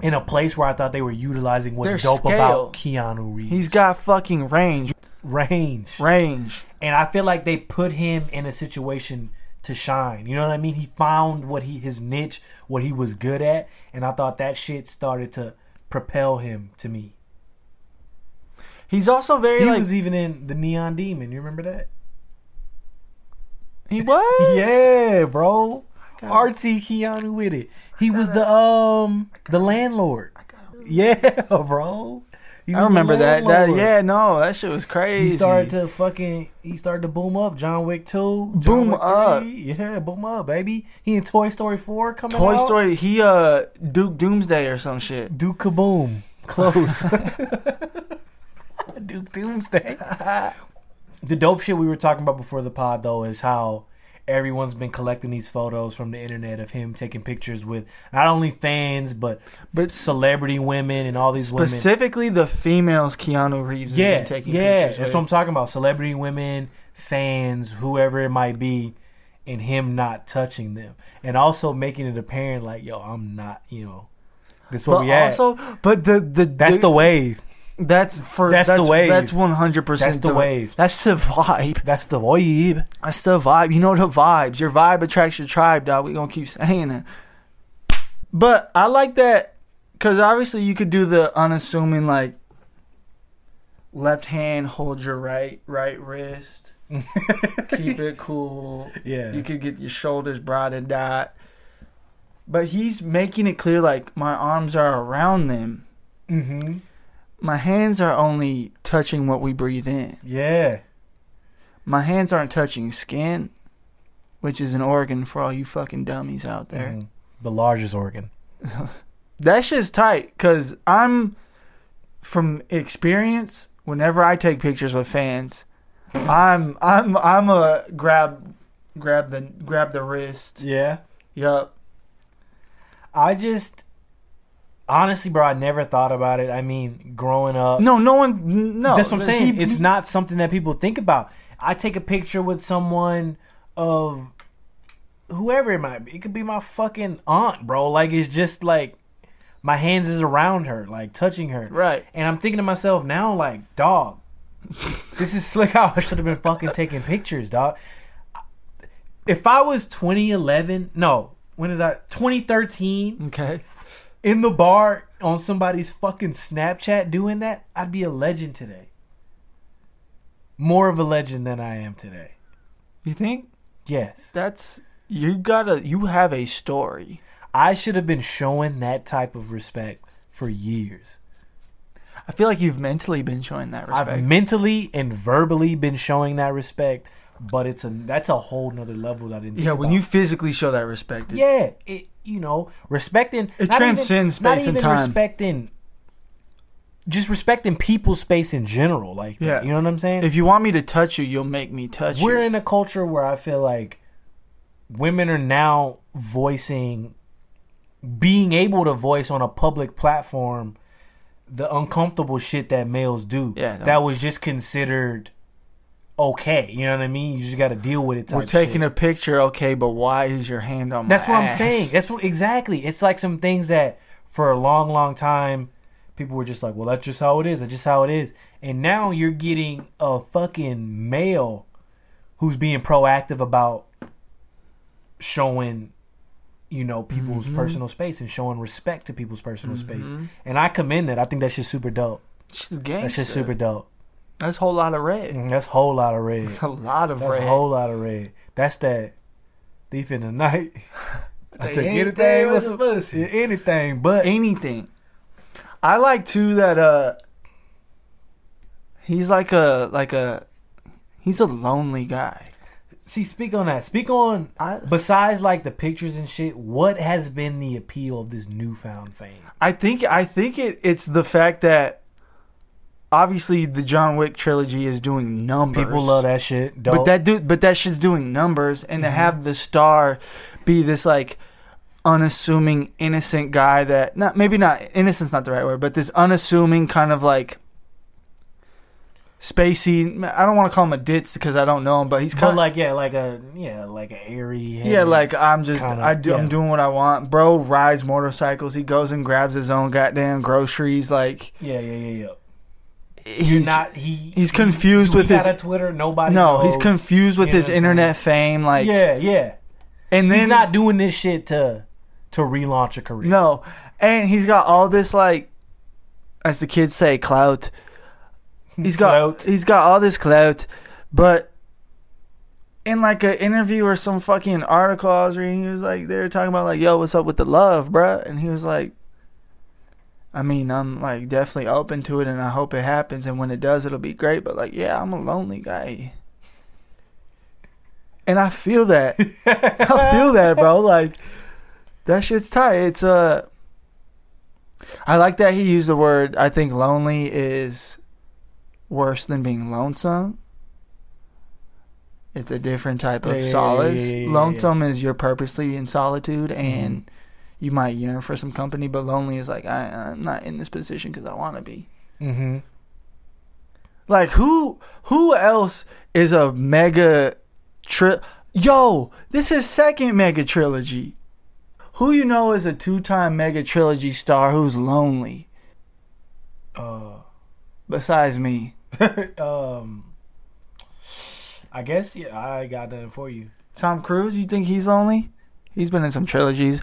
in a place where I thought they were utilizing what's Their dope about Keanu Reeves. He's got fucking range. range, Range. and I feel like they put him in a situation to shine. You know what I mean? He found what he his niche, what he was good at, and I thought that shit started to propel him to me. He's also very He like was even in the Neon Demon. You remember that? he was. Yeah, bro. Artsy Keanu with it. He was the um the landlord. Yeah, bro. He I was the remember that. That landlord. yeah, no, that shit was crazy. He started to fucking. He started to boom up. John Wick two. John Boom Wick up. 3. Yeah, boom up, baby. He in Toy Story four coming Toy out. Story. He uh Duke Doomsday or some shit. Duke Kaboom. Close. Duke Doomsday. the dope shit we were talking about before the pod though is how everyone's been collecting these photos from the internet of him taking pictures with not only fans but But celebrity women and all these women. Specifically, the females Keanu Reeves has yeah, been taking yeah. pictures. That's with. what I'm talking about. Celebrity women, fans, whoever it might be, and him not touching them, and also making it apparent like, yo, I'm not, you know, this what but we at. also, but the the that's the wave. that's for that's the wave. That's one hundred percent That's the wave. That's the vibe. That's the vibe. That's the vibe. You know the vibes. Your vibe attracts your tribe, dog. We gonna keep saying that. But I like that because obviously you could do the unassuming like left hand hold your right right wrist, keep it cool. Yeah. You could get your shoulders broadened out. But he's making it clear like my arms are around them. mm-hmm. My hands are only touching what we breathe in. Yeah. My hands aren't touching skin, which is an organ for all you fucking dummies out there. Mhm. The largest organ. That shit's tight cuz I'm from experience whenever I take pictures with fans, I'm I'm I'm a grab grab the grab the wrist. Yeah. Yup. I just honestly, bro, I never thought about it. I mean, growing up, No, no one no. that's what I'm saying. Oh, He- it's not something that people think about. I take a picture with someone of whoever it might be. It could be my fucking aunt, bro. Like it's just like my hands is around her, like touching her. right. And I'm thinking to myself now, like, dog, this is slick how I should have been fucking taking pictures, dog. If I was 2011, no, when did I? 2013, Okay. in the bar on somebody's fucking Snapchat doing that, I'd be a legend today. More of a legend than I am today. You think Yes. that's you gotta you have a story. I should have been showing that type of respect for years. I feel like you've mentally been showing that respect. I've mentally and verbally been showing that respect, but it's a that's a whole nother level that I didn't. yeah, think when about. you physically show that respect, it- yeah, it you know respecting It not even- transcends not space and even time. Respecting just respecting people's space in general, like that, Yeah. you know what I'm saying. if you want me to touch you, you'll make me touch We're you. in a culture where I feel like women are now voicing, being able to voice on a public platform the uncomfortable shit that males do. Yeah, no. that was just considered okay. You know what I mean? You just got to deal with it. We're taking a picture, okay, but why is your hand on my That's what I'm ass? saying. That's what exactly. It's like some things that for a long, long time people were just like, "Well, that's just how it is. That's just how it is." And now you're getting a fucking male who's being proactive about showing, you know, people's personal space and showing respect to people's personal space. And I commend that. I think that's just super dope. She's gangster. That's just super dope. That's a whole lot of red. And that's whole lot of red. That's a lot of That's red. a whole lot of red. That's that thief in the night. I Take took anything anything, with with some some pussy. yeah, anything but Anything. I like too that uh he's like a like a he's a lonely guy. see. Speak on that. Speak on I besides like the pictures and shit. What has been the appeal of this newfound fame? I think I think it it's the fact that obviously the John Wick trilogy is doing numbers. People love that shit. Dope. But that dude but that shit's doing numbers and to Mm-hmm. have the star be this like unassuming innocent guy that not maybe not innocent's not the right word, but this unassuming kind of like spacey I don't want to call him a ditz because I don't know him, but he's kind but of like yeah, like a yeah, like an airy. yeah, like I'm just kinda, I do I'm yeah. doing what I want. Bro rides motorcycles. He goes and grabs his own goddamn groceries. Like yeah, yeah, yeah, yeah. You're he's not. He he's confused he with his- got a Twitter. Nobody. no, knows. he's confused with You know his what I'm internet fame. Like, yeah, yeah. and then he's not doing this shit to to relaunch a career. No, and he's got all this like, as the kids say, clout. He's got Clout. he's got all this clout, but in like an interview or some fucking article I was reading, he was like they were talking about like, yo, what's up with the love, bruh? And he was like, I mean, I'm like definitely open to it, and I hope it happens, and when it does, it'll be great. But like, yeah, I'm a lonely guy. And I feel that. I feel that, bro. Like that shit's tight. It's uh I like that he used the word I think lonely is worse than being lonesome. It's a different type Yeah, of yeah, yeah, solace. yeah, yeah, yeah, Mm-hmm. yeah. lonesome is you're purposely in solitude and you might yearn for some company, but lonely is like I, I'm not in this position because I want to be. Mm-hmm. Like who who else is a mega tri Yo, this is second mega trilogy. Who you know is a two-time mega trilogy star who's lonely Uh, besides me? um, I guess yeah, I got nothing for you. Tom Cruise, you think he's lonely? He's been in some trilogies.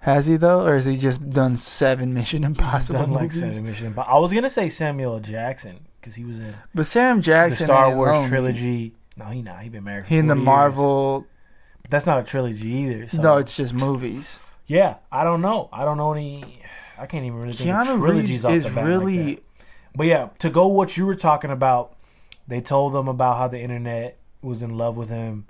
Has he though, or has he just done seven Mission Impossible Done like movies? Sam Mission, but I was gonna say Samuel Jackson because he was in But Sam the Jackson, Star ain't Wars lonely. trilogy. No, he not. He been married. For He in the 40 years. Marvel. But that's not a trilogy either. So. No, it's just movies. yeah. I don't know. I don't know any. I can't even really think of Keanu trilogies Reeves off is the bat like really that. But yeah, to go what you were talking about, they told them about how the internet was in love with him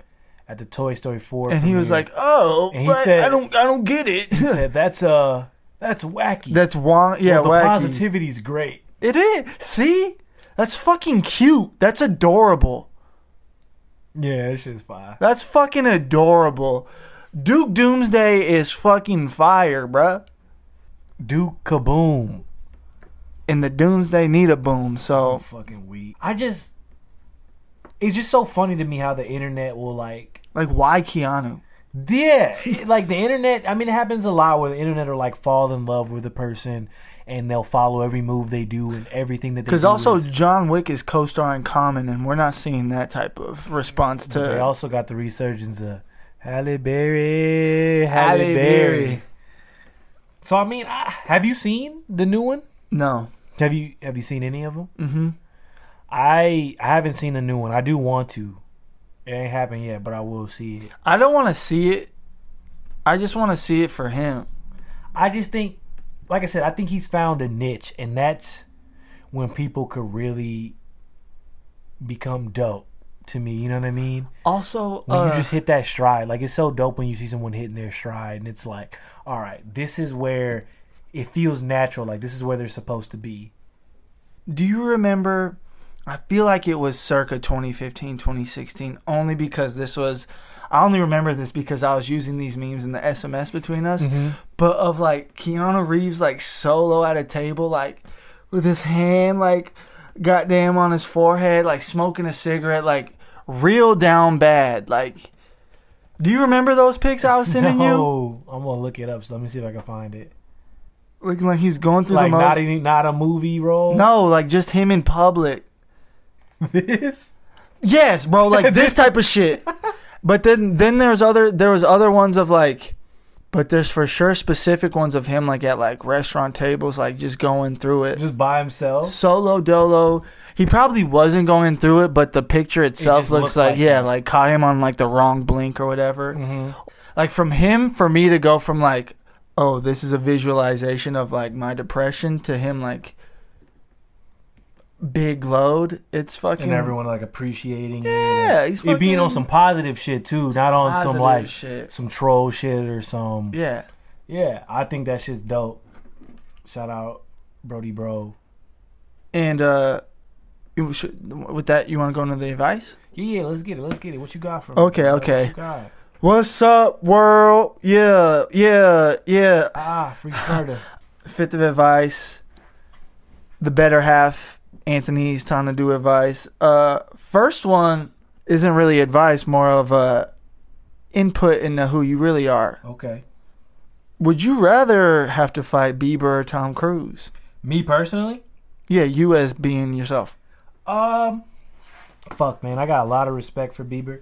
at the Toy Story Four, and he was premiere. like, "Oh, And he but said- I don't, I don't get it." He said, "That's uh, that's wacky. That's wrong. Yeah, But the wacky. positivity's great." It is. See, that's fucking cute. That's adorable. Yeah, that shit's fire. That's fucking adorable. Duke Doomsday is fucking fire, bruh. Duke Kaboom, And the Doomsday need a boom. So fucking weak. I just, it's just so funny to me how the internet will like like, why Keanu? Yeah, it- like the internet. I mean, it happens a lot where the internet will like fall in love with a person, and they'll follow every move they do and everything that they. Because do also is- John Wick is co-starring Common, and we're not seeing that type of response to they also got the resurgence of Halle Berry, Halle, Halle Berry. Berry. So I mean, I, have you seen the new one? No. Have you have you seen any of them? Mm-hmm. I I haven't seen the new one. I do want to. It ain't happened yet, but I will see it. I don't want to see it. I just want to see it for him. I just think, like I said, I think he's found a niche, and that's when people could really become dope to me. You know what I mean? Also, When uh, you just hit that stride, like it's so dope when you see someone hitting their stride, and it's like, all right, this is where it feels natural. Like this is where they're supposed to be. Do you remember? I feel like it was circa 2015, 2016, only because this was. I only remember this because I was using these memes in the SMS between us. Mm-hmm. But of like Keanu Reeves, like solo at a table, like with his hand, like goddamn on his forehead, like smoking a cigarette, like real down bad. Like, do you remember those pics I was sending no, I'm gonna look it up. So let me see if I can find it. you? Looking like he's going through Like the most. not any, not a movie role. no, like just him in public. this. Yes, bro, like this type of shit. But then then there's other there was other ones of like but there's for sure specific ones of him like at like restaurant tables like just going through it. Just by himself. Solo dolo. He probably wasn't going through it, but the picture itself just looks looked like, like Mm. yeah, it. like caught him on like the wrong blink or whatever. Like from him for me to go from like oh, this is a visualization of like my depression to him like big load. It's fucking and everyone like appreciating Yeah, it. he's it being on fucking- some positive shit too, not on some positive like shit. some troll shit or some. Yeah. Yeah. I think that shit's dope. Shout out Brody Bro. And uh, you should, with that, you want to go into the advice? Yeah, yeah, let's get it, let's get it. What you got from? Okay, uh, okay. What you got? What's up, world? Yeah, yeah, yeah. Ah, free Carter. Fifth of advice, the better half. Anthony's time to do advice. Uh, first one isn't really advice, more of a input into who you really are. okay. Would you rather have to fight Bieber or Tom Cruise? Me personally, Yeah, you as being yourself. Um, fuck, man, I got a lot of respect for Bieber,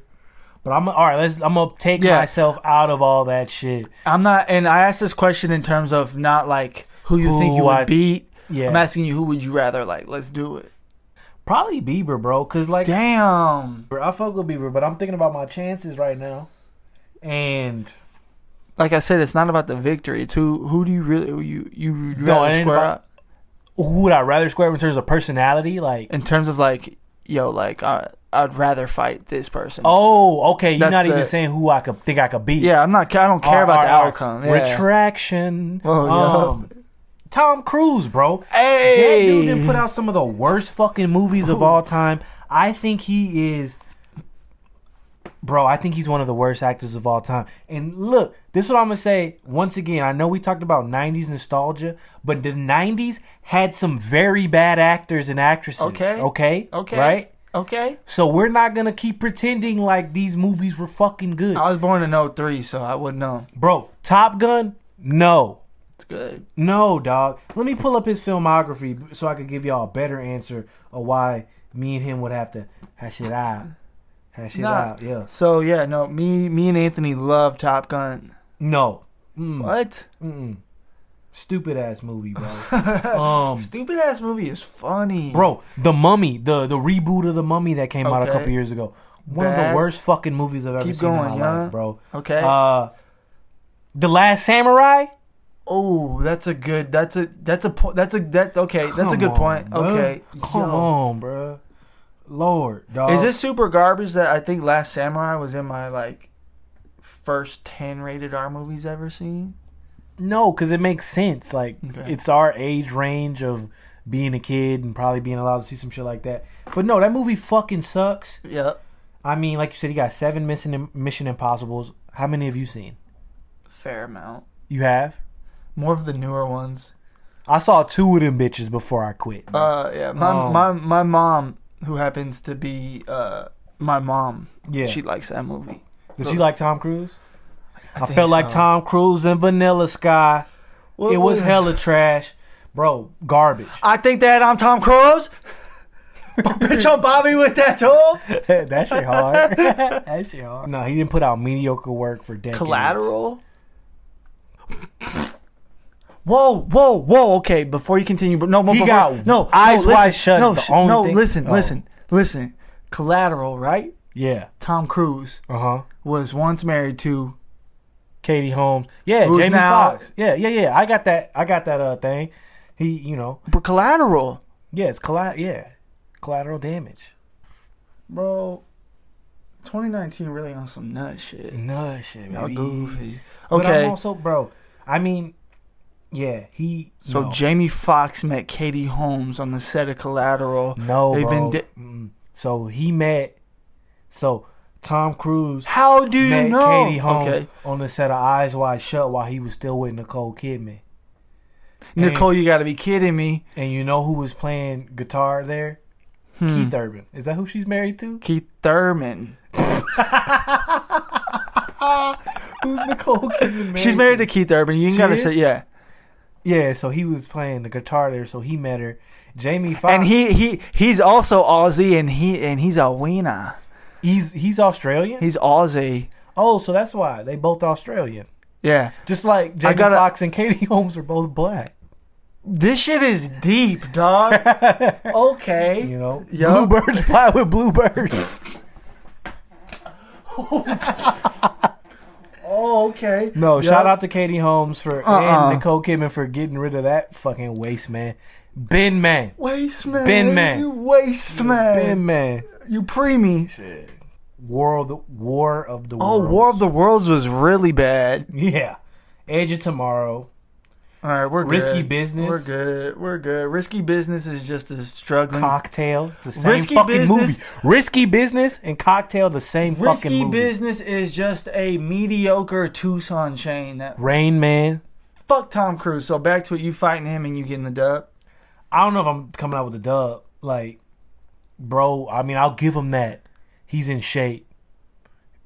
but I'm all right. Let's. I'm gonna take Yeah. myself out of all that shit. I'm not, and I asked this question in terms of not like who you think Who you would I- beat. Yeah, I'm asking you who would you rather like. Let's do it. probably Bieber, bro. Cause like, Damn. I fuck with Bieber, but I'm thinking about my chances right now, and Like I said, it's not about the victory. It's who who do you really who you you would No, it rather ain't square about- up who would I rather square in terms of personality? Like, in terms of like yo like I I'd rather fight this person. oh, okay, you're That's not even the- saying who I could think I could beat. yeah, I'm not. I don't care All about right, the all right. outcome. Yeah. Oh, Retraction. Whoa, yo. um, Tom Cruise, bro. hey, That dude didn't put out some of the worst fucking movies of all time. I think he is, bro. I think he's one of the worst actors of all time. And look, this is what I'm gonna say once again. I know we talked about '90s nostalgia, but the '90s had some very bad actors and actresses. Okay. okay, Okay. right. Okay. So we're not gonna keep pretending like these movies were fucking good, I was born in 03, so I would know. bro. Top Gun, no. It's good. No, dog. Let me pull up his filmography so I could give y'all a better answer of why me and him would have to hash it out. Hash it Nah. out, yeah. So yeah, no, me me and Anthony love Top Gun. No. Mm, What? mm-mm. Stupid ass movie, bro. um, Stupid ass movie is funny. bro, The Mummy, the the reboot of The Mummy that came out a Okay. couple years ago. One of Bad. the worst fucking movies I've ever Keep seen in going, my yeah. life, bro. Okay. Uh, the Last Samurai. oh, that's a good. That's a that's a po- that's a that okay. That's a Come good on, point. bruh. Okay. come Yo. on, bro. Lord, dog. Is this super garbage that I think Last Samurai was in my like first 10 rated R movies ever seen? No, because it makes sense. Like Okay. it's our age range of being a kid and probably being allowed to see some shit like that. But no, that movie fucking sucks. Yep. I mean, like you said, he got seven missing Mission Impossibles. How many have you seen? Fair amount. You have. More of the newer ones. I saw two of them bitches before I quit. Uh yeah, my Oh. my my mom who happens to be uh my mom. yeah, She likes that movie. does she like Tom Cruise? I, think felt like so. Tom Cruise in Vanilla Sky. Well, it was well- hella trash, bro. Garbage. I think that I'm Tom Cruise. Bitch, on Bobby with that tool. that shit hard. that shit hard. No, he didn't put out mediocre work for decades. Collateral. Whoa, whoa, whoa! Okay, before you continue, but no, no, He before, got no, eyes no, listen, wide shut is No, the sh- only no, thing- listen, Oh. listen, listen. Collateral, right? Yeah. Tom Cruise Uh huh. was once married to. Katie Holmes. Yeah, Who's Jamie now- Foxx. Yeah, yeah, yeah. I got that. I got that uh thing. He, you know, But collateral, yeah, it's colli- yeah, collateral damage. bro. 2019 really on some nut shit. No shit, Mm-hmm. Y'all baby. goofy. But I'm Okay, also, bro. I mean, yeah, he. so no. Jamie Foxx met Katie Holmes on the set of Collateral. no, they've been bro. di- Mm-mm. so he met. So Tom Cruise How do you met know? Katie Holmes Okay, on the set of Eyes Wide Shut while he was still with Nicole Kidman. And- Nicole, you got to be kidding me. and you know who was playing guitar there? Hmm. Keith Urban. Is that who she's married to? Keith Thurman. Who's Nicole Kidman married? She's married to Keith Urban. You ain't She gotta is? say yeah. Yeah, so he was playing the guitar there, so he met her. Jamie Foxx. And he he he's also Aussie, and he and he's a wiener. he's he's Australian. He's Aussie. oh, so that's why they both Australian. Yeah. Just like Jamie gotta- Foxx and Katie Holmes are both black. This shit is deep, dog. okay. You know, Yup. bluebirds fly with bluebirds. Oh, okay. no, Yup. shout out to Katie Holmes for Uh-uh. and Nicole Kidman for getting rid of that fucking waste man, Ben man, Waste man. Ben man. You waste man. Ben man. You preemie. War of the War of the Oh, Worlds. War of the Worlds was really bad. Yeah, Edge of Tomorrow. All right, we're good. Risky Business. We're good. We're good. Risky business is just a struggling. Cocktail, the same Mm. Risky fucking Business- movie. Risky Business and Cocktail, the same Risky fucking movie. business is just a mediocre Tucson chain that Rain Man. fuck Tom Cruise. So back to it, you fighting him and you getting the dub. I don't know if I'm coming out with a dub. Like, bro, I mean, I'll give him that. He's in shape.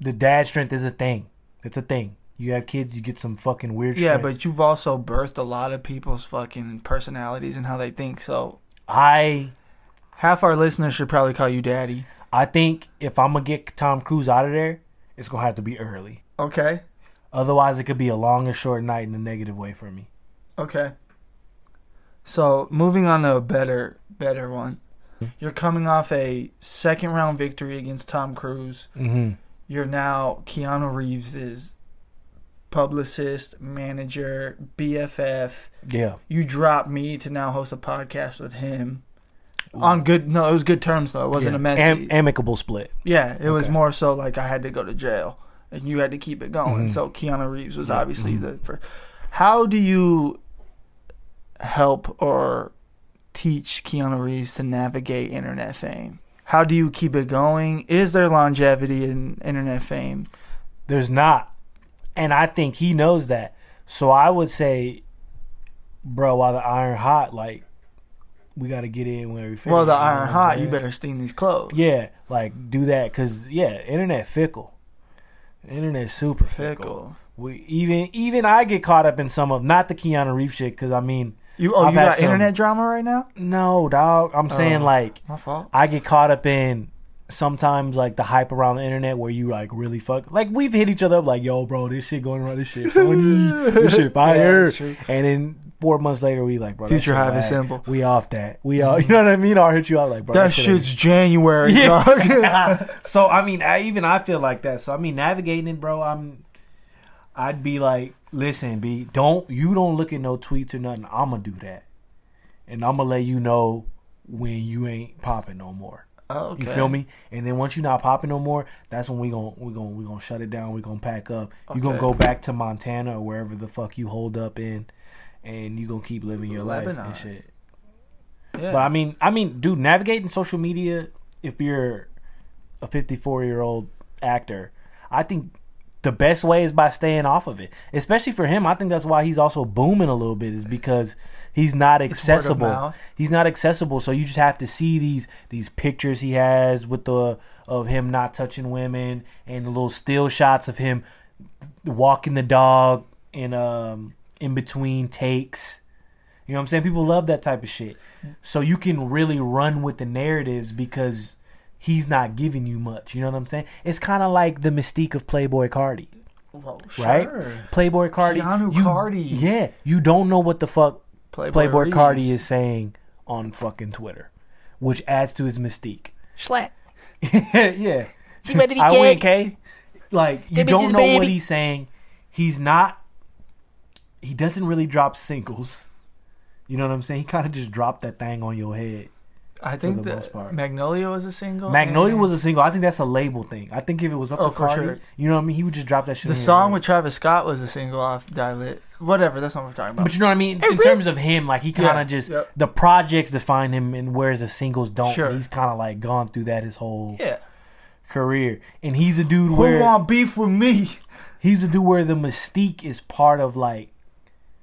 The dad strength is a thing. It's a thing. You have kids, you get some fucking weird Yeah, strength. but you've also birthed a lot of people's fucking personalities and how they think. So I Half our listeners should probably call you daddy. I think if I'm gonna get Tom Cruise out of there, it's gonna have to be early. Okay. Otherwise, it could be a long and short night in a negative way for me. Okay. So moving on to a better, better one. You're coming off a second round victory against Tom Cruise. Mm-hmm. You're now Keanu Reeves's publicist, manager, BFF. Yeah. You dropped me to now host a podcast with him. On good, no, it was good terms though. It wasn't Mm. Yeah. a e- messy. Am- amicable split. Yeah, it was Okay. more so like I had to go to jail and you had to keep it going. Mhm. So Keanu Reeves was obviously Mm-hmm. the first. How do you help or teach Keanu Reeves to navigate internet fame? How do you keep it going? Is there longevity in internet fame? There's not. And I think he knows that. So I would say, bro, while the iron hot, like, we got to get in where we fit. well, in, the you know iron what I'm hot, you saying? better steam these clothes. Yeah, like, do that. Because, yeah, internet fickle. Internet super fickle. Fickle. We even even I get caught up in some of not the Keanu Reeves shit because I mean You oh I've you had got some- internet drama right now? no dog I'm saying Oh. like My fault. I get caught up in sometimes like the hype around the internet where you like really fuck like we've hit each other up like yo bro this shit going around this shit funny this shit Yeah, fire that's true. and then four months later we like bro that Future shit having whack. simple. we off that we all you know what I mean I'll hit you out like bro That shit ain't- shit's January, Yeah. dog. so I mean, I, even I feel like that. So I mean, navigating it, bro. I'm, I'd be like, listen, b, don't you don't look at no tweets or nothing. I'ma do that, and I'ma let you know when you ain't popping no more. okay. You feel me? And then once you're not popping no more, that's when we gon' we gon' we gonna shut it down. We gonna pack up. You gonna Okay. go back to Montana or wherever the fuck you hold up in, and you gonna keep living your life Lebanon. and shit. Yeah. But I mean, I mean, dude, navigating social media if you're a 54 year old actor, I think the best way is by staying off of it. Especially for him, I think that's why he's also booming a little bit is because he's not word of accessible. mouth. He's not accessible, so you just have to see these these pictures he has with the of him not touching women and the little still shots of him walking the dog in um in between takes. You know what I'm saying? People love that type of shit. So you can really run with the narratives because he's not giving you much. You know what I'm saying? It's kind of like the mystique of Playboy Cardi, Well, right? sure. Playboy Cardi. Keanu you- Cardi. Yeah, you don't know what the fuck Playboy Playboy Cardi Reeves. is saying on fucking Twitter, which adds to his mystique. Slap. yeah. She better be I win, gay. K. Like you Them don't bitches know what baby. he's saying. He's not. He doesn't really drop singles. You know what I'm saying? He kind of just dropped that thing on your head. I think the that most part. Magnolia was a single. Magnolia and was a single. I think that's a label thing. I think if it was up Oh, to for Cardi, sure. you know what I mean, he would just drop that shit. the on your song head. with Travis Scott was a single off Dilit. Whatever, that's not what we're talking about. But you know what I mean? In terms of him, like he kind Yeah, of just yep. the projects define him, and whereas the singles don't. Sure. He's kind of like gone through that his whole yeah. career, and he's a dude Who where want beef with me? he's a dude where the mystique is part of like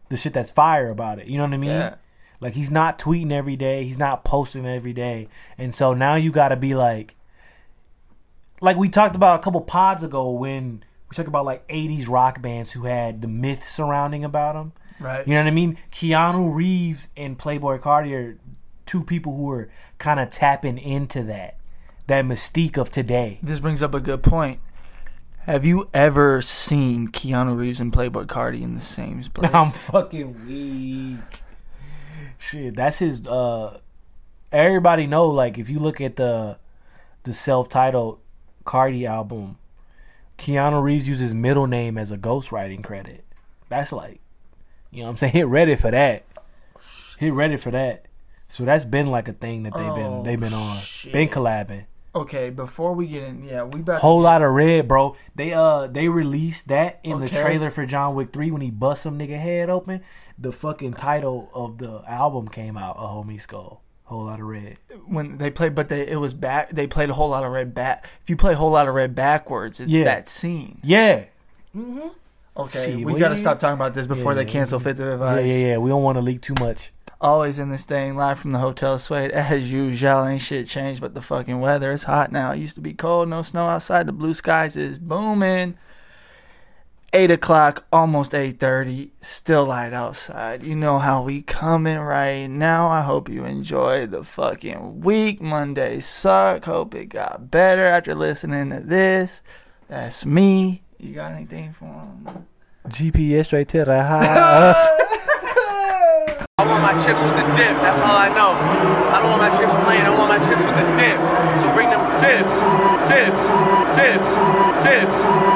the shit that's fire about it. You know what I mean? Yeah. Like he's not tweeting every day, he's not posting every day, and so now you got to be like, like we talked about a couple pods ago when we talked about like '80s rock bands who had the myth surrounding about them. Right. You know what I mean? Keanu Reeves and Playboy Cardi are two people who are kind of tapping into that that mystique of today. This brings up a good point. Have you ever seen Keanu Reeves and Playboy Cardi in the same place? I'm fucking weak. Shit, that's his. uh Everybody know, like, if you look at the the self titled Cardi album, Keanu Reeves uses middle name as a ghostwriting credit. That's like, you know, what I'm saying, hit Reddit for that. Hit Reddit for that. So that's been like a thing that they've Oh, been they've been on, shit. been collabing. okay, before we get in, yeah, we about Whole lot of red, bro. They uh they released that in the Okay. trailer for John Wick three when he busts some nigga head open. The fucking title of the album came out, a homie skull. Whole lot of red. when they played, but they it was back. They played a whole lot of red back. If you play a whole lot of red backwards, it's Yeah. that scene. Yeah. Okay, Gee, we well, gotta yeah. stop talking about this before Yeah, they cancel Fifth of Yeah, Advice. yeah, yeah. We don't want to leak too much. always in this thing, live from the hotel suite as usual. Ain't shit changed but the fucking weather. It's hot now. It used to be cold, no snow outside. The blue skies is booming. eight o'clock, almost eight thirty, still light outside. You know how we coming right now. I hope you enjoy the fucking week. Monday suck. Hope it got better after listening to this. That's me. You got anything for him? GPS right to the house. I want my chips with the dip. That's all I know. I don't want my chips plain. I want my chips with the dip. So bring them dips, dips, dips, dips,